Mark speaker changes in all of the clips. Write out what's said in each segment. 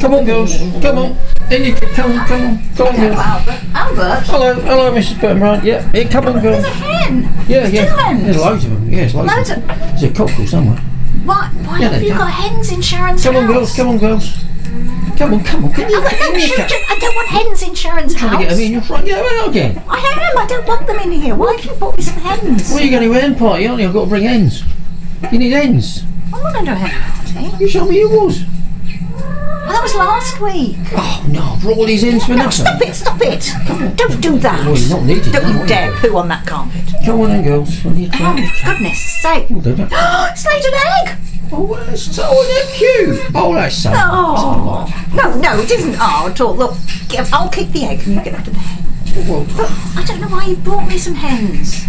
Speaker 1: Come on, girls. Come on. In you come on, come on, come on.
Speaker 2: Yeah,
Speaker 1: Girls.
Speaker 2: well, Albert. Albert,
Speaker 1: Hello, hello, Mrs. Burnright. Yeah, yeah. Come on, girls.
Speaker 2: there's a hen.
Speaker 1: Yeah,
Speaker 2: There's Two
Speaker 1: yeah.
Speaker 2: hens.
Speaker 1: There's loads of them. Yeah, there's loads.
Speaker 2: Loads
Speaker 1: of
Speaker 2: of-
Speaker 1: them. There's a cockle somewhere.
Speaker 2: Why, why
Speaker 1: Yeah,
Speaker 2: have
Speaker 1: they
Speaker 2: you
Speaker 1: do.
Speaker 2: got hens in Sharon's
Speaker 1: Come
Speaker 2: house?
Speaker 1: on, girls. Come on, girls. Come on, come on. Can you
Speaker 2: Albert,
Speaker 1: get
Speaker 2: no,
Speaker 1: in here?
Speaker 2: shh,
Speaker 1: Come
Speaker 2: shh, I don't want hens in Sharon's
Speaker 1: Trying to
Speaker 2: house.
Speaker 1: get them in your front yard well, again.
Speaker 2: I am. I don't want them in here. Why have you bought me some hens?
Speaker 1: Well, you're going to an end party, aren't you? I've got to bring ends. You need ends.
Speaker 2: I'm not going to a hen party.
Speaker 1: You showed me yours.
Speaker 2: Well, that was last week.
Speaker 1: Oh, no. I brought all these ends for
Speaker 2: No,
Speaker 1: nothing.
Speaker 2: stop it, stop it. Don't do that.
Speaker 1: Well, you're not needed.
Speaker 2: Don't
Speaker 1: now, are
Speaker 2: you dare poo on that carpet.
Speaker 1: Come on in, girls. I need
Speaker 2: Oh,
Speaker 1: to-
Speaker 2: for goodness sake.
Speaker 1: We'll do that.
Speaker 2: it's laid an egg.
Speaker 1: Oh, well, that's so oh, they're cute. Oh, that's so.
Speaker 2: Oh. No, no, it isn't. Oh, at all. Look, get- I'll kick the egg and you get rid of the hen.
Speaker 1: Well,
Speaker 2: But I don't know why you brought me some hens.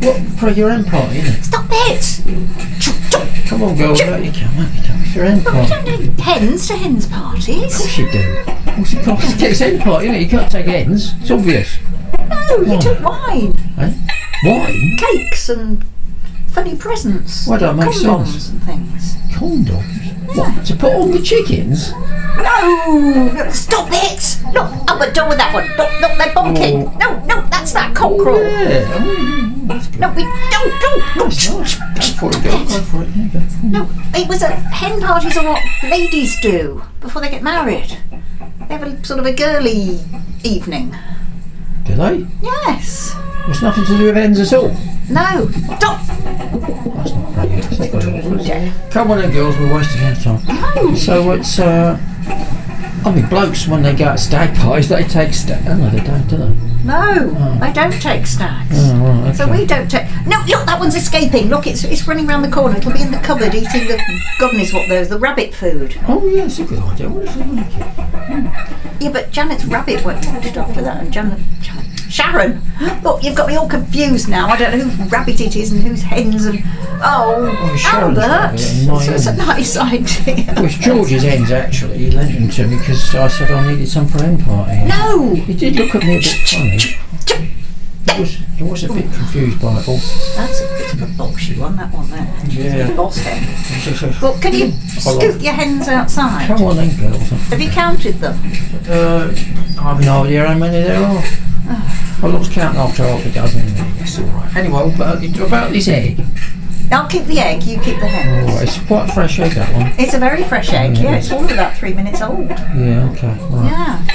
Speaker 1: what for your end party, innit?
Speaker 2: Stop it. Chomp, chomp.
Speaker 1: Come on, girls. Out you come. Out you come. It's your end
Speaker 2: But we don't
Speaker 1: party.
Speaker 2: need hens to hens parties.
Speaker 1: Yes, you do. What's it cost? It's end party, innit? You can't take ends. It's obvious.
Speaker 2: No, you do wine,
Speaker 1: Eh? Wine?
Speaker 2: cakes, and funny presents.
Speaker 1: Why don't it make
Speaker 2: condoms
Speaker 1: sense?
Speaker 2: and things.
Speaker 1: Condoms? What? To put on the chickens?
Speaker 2: No! no, Stop it! Look, up and done with that one. Look, look, they're bonking.
Speaker 1: Oh.
Speaker 2: No, no, that's that cockerel.
Speaker 1: Yeah. Oh,
Speaker 2: No, we don't, don't, no.
Speaker 1: that's nice. Go for it, girl. Go for it. There you go.
Speaker 2: No, it was a hen parties are what ladies do before they get married. They have a sort of a girly evening.
Speaker 1: Do they?
Speaker 2: Yes.
Speaker 1: It's nothing to do with ends at all.
Speaker 2: No. Stop.
Speaker 1: That's not very good. That's not very good. Come on then, girls, we're wasting our time. So it's, uh, I mean, blokes, when they go at stag parties, they take stag. Oh, no, they don't, do they?
Speaker 2: No. They don't take snacks.
Speaker 1: Oh, right, okay.
Speaker 2: So we don't take. No, look, that one's escaping. Look, it's it's running round the corner. It'll be in the cupboard eating the God knows what those the rabbit food.
Speaker 1: Oh, yeah, it's a good idea. What if they like it?
Speaker 2: Yeah, but Janet's rabbit went wanted after that, and Janet, Janet Sharon. Look, you've got me all confused now. I don't know whose rabbit it is and whose hens and oh,
Speaker 1: Oh, Sharon's
Speaker 2: Albert.
Speaker 1: rabbit and my
Speaker 2: So it's a
Speaker 1: hen.
Speaker 2: nice Oh,
Speaker 1: It
Speaker 2: idea.
Speaker 1: was George's ends, actually. He lent them to me because I said I needed some for end party.
Speaker 2: No.
Speaker 1: He did look at me a bit funny. He was, he was a bit confused by it all.
Speaker 2: That's a bit of a box you on that one there.
Speaker 1: Yeah.
Speaker 2: Boss hen. Well, can you
Speaker 1: Hold on.
Speaker 2: scoot your hens outside?
Speaker 1: Come on then, girls.
Speaker 2: Have you counted them?
Speaker 1: Uh, I've no idea how many there are. I lost counting after half a dozen. Yes, all right. Anyway, about, about this egg.
Speaker 2: I'll keep the egg, you keep the
Speaker 1: All
Speaker 2: hens.
Speaker 1: right, it's quite fresh egg that one.
Speaker 2: It's a very fresh egg, yeah. It's only about three minutes old.
Speaker 1: Yeah, okay. All right.
Speaker 2: Yeah.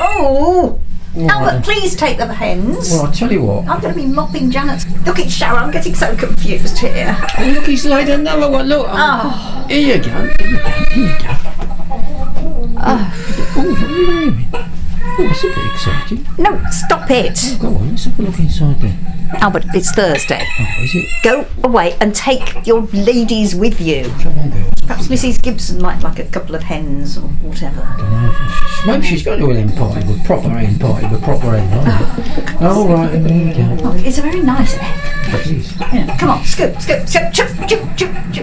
Speaker 2: Oh,
Speaker 1: All right
Speaker 2: Albert,
Speaker 1: then.
Speaker 2: please take the hens.
Speaker 1: Well, I tell you what.
Speaker 2: I'm going to be mopping Janet's. Look at Sharon. I'm getting so confused here.
Speaker 1: Oh, look, he's laid another one. Look, um,
Speaker 2: Oh,
Speaker 1: here you go. Here you go. Here you go. Oh, what are you doing? Oh, that's a bit exciting.
Speaker 2: no, stop it.
Speaker 1: Go on, let's have a look inside there.
Speaker 2: Albert, it's Thursday.
Speaker 1: Oh, is it?
Speaker 2: Go away and take your ladies with you.
Speaker 1: Come on, girls.
Speaker 2: Perhaps Mrs. Gibson might like a couple of hens or whatever.
Speaker 1: Maybe she's got to an end party with proper end party with proper end. Oh, all right, there you go.
Speaker 2: Look, it's a very nice egg.
Speaker 1: Please.
Speaker 2: Yeah. Come on, scoop, scoop, scoop, chup, chup, chup, chup.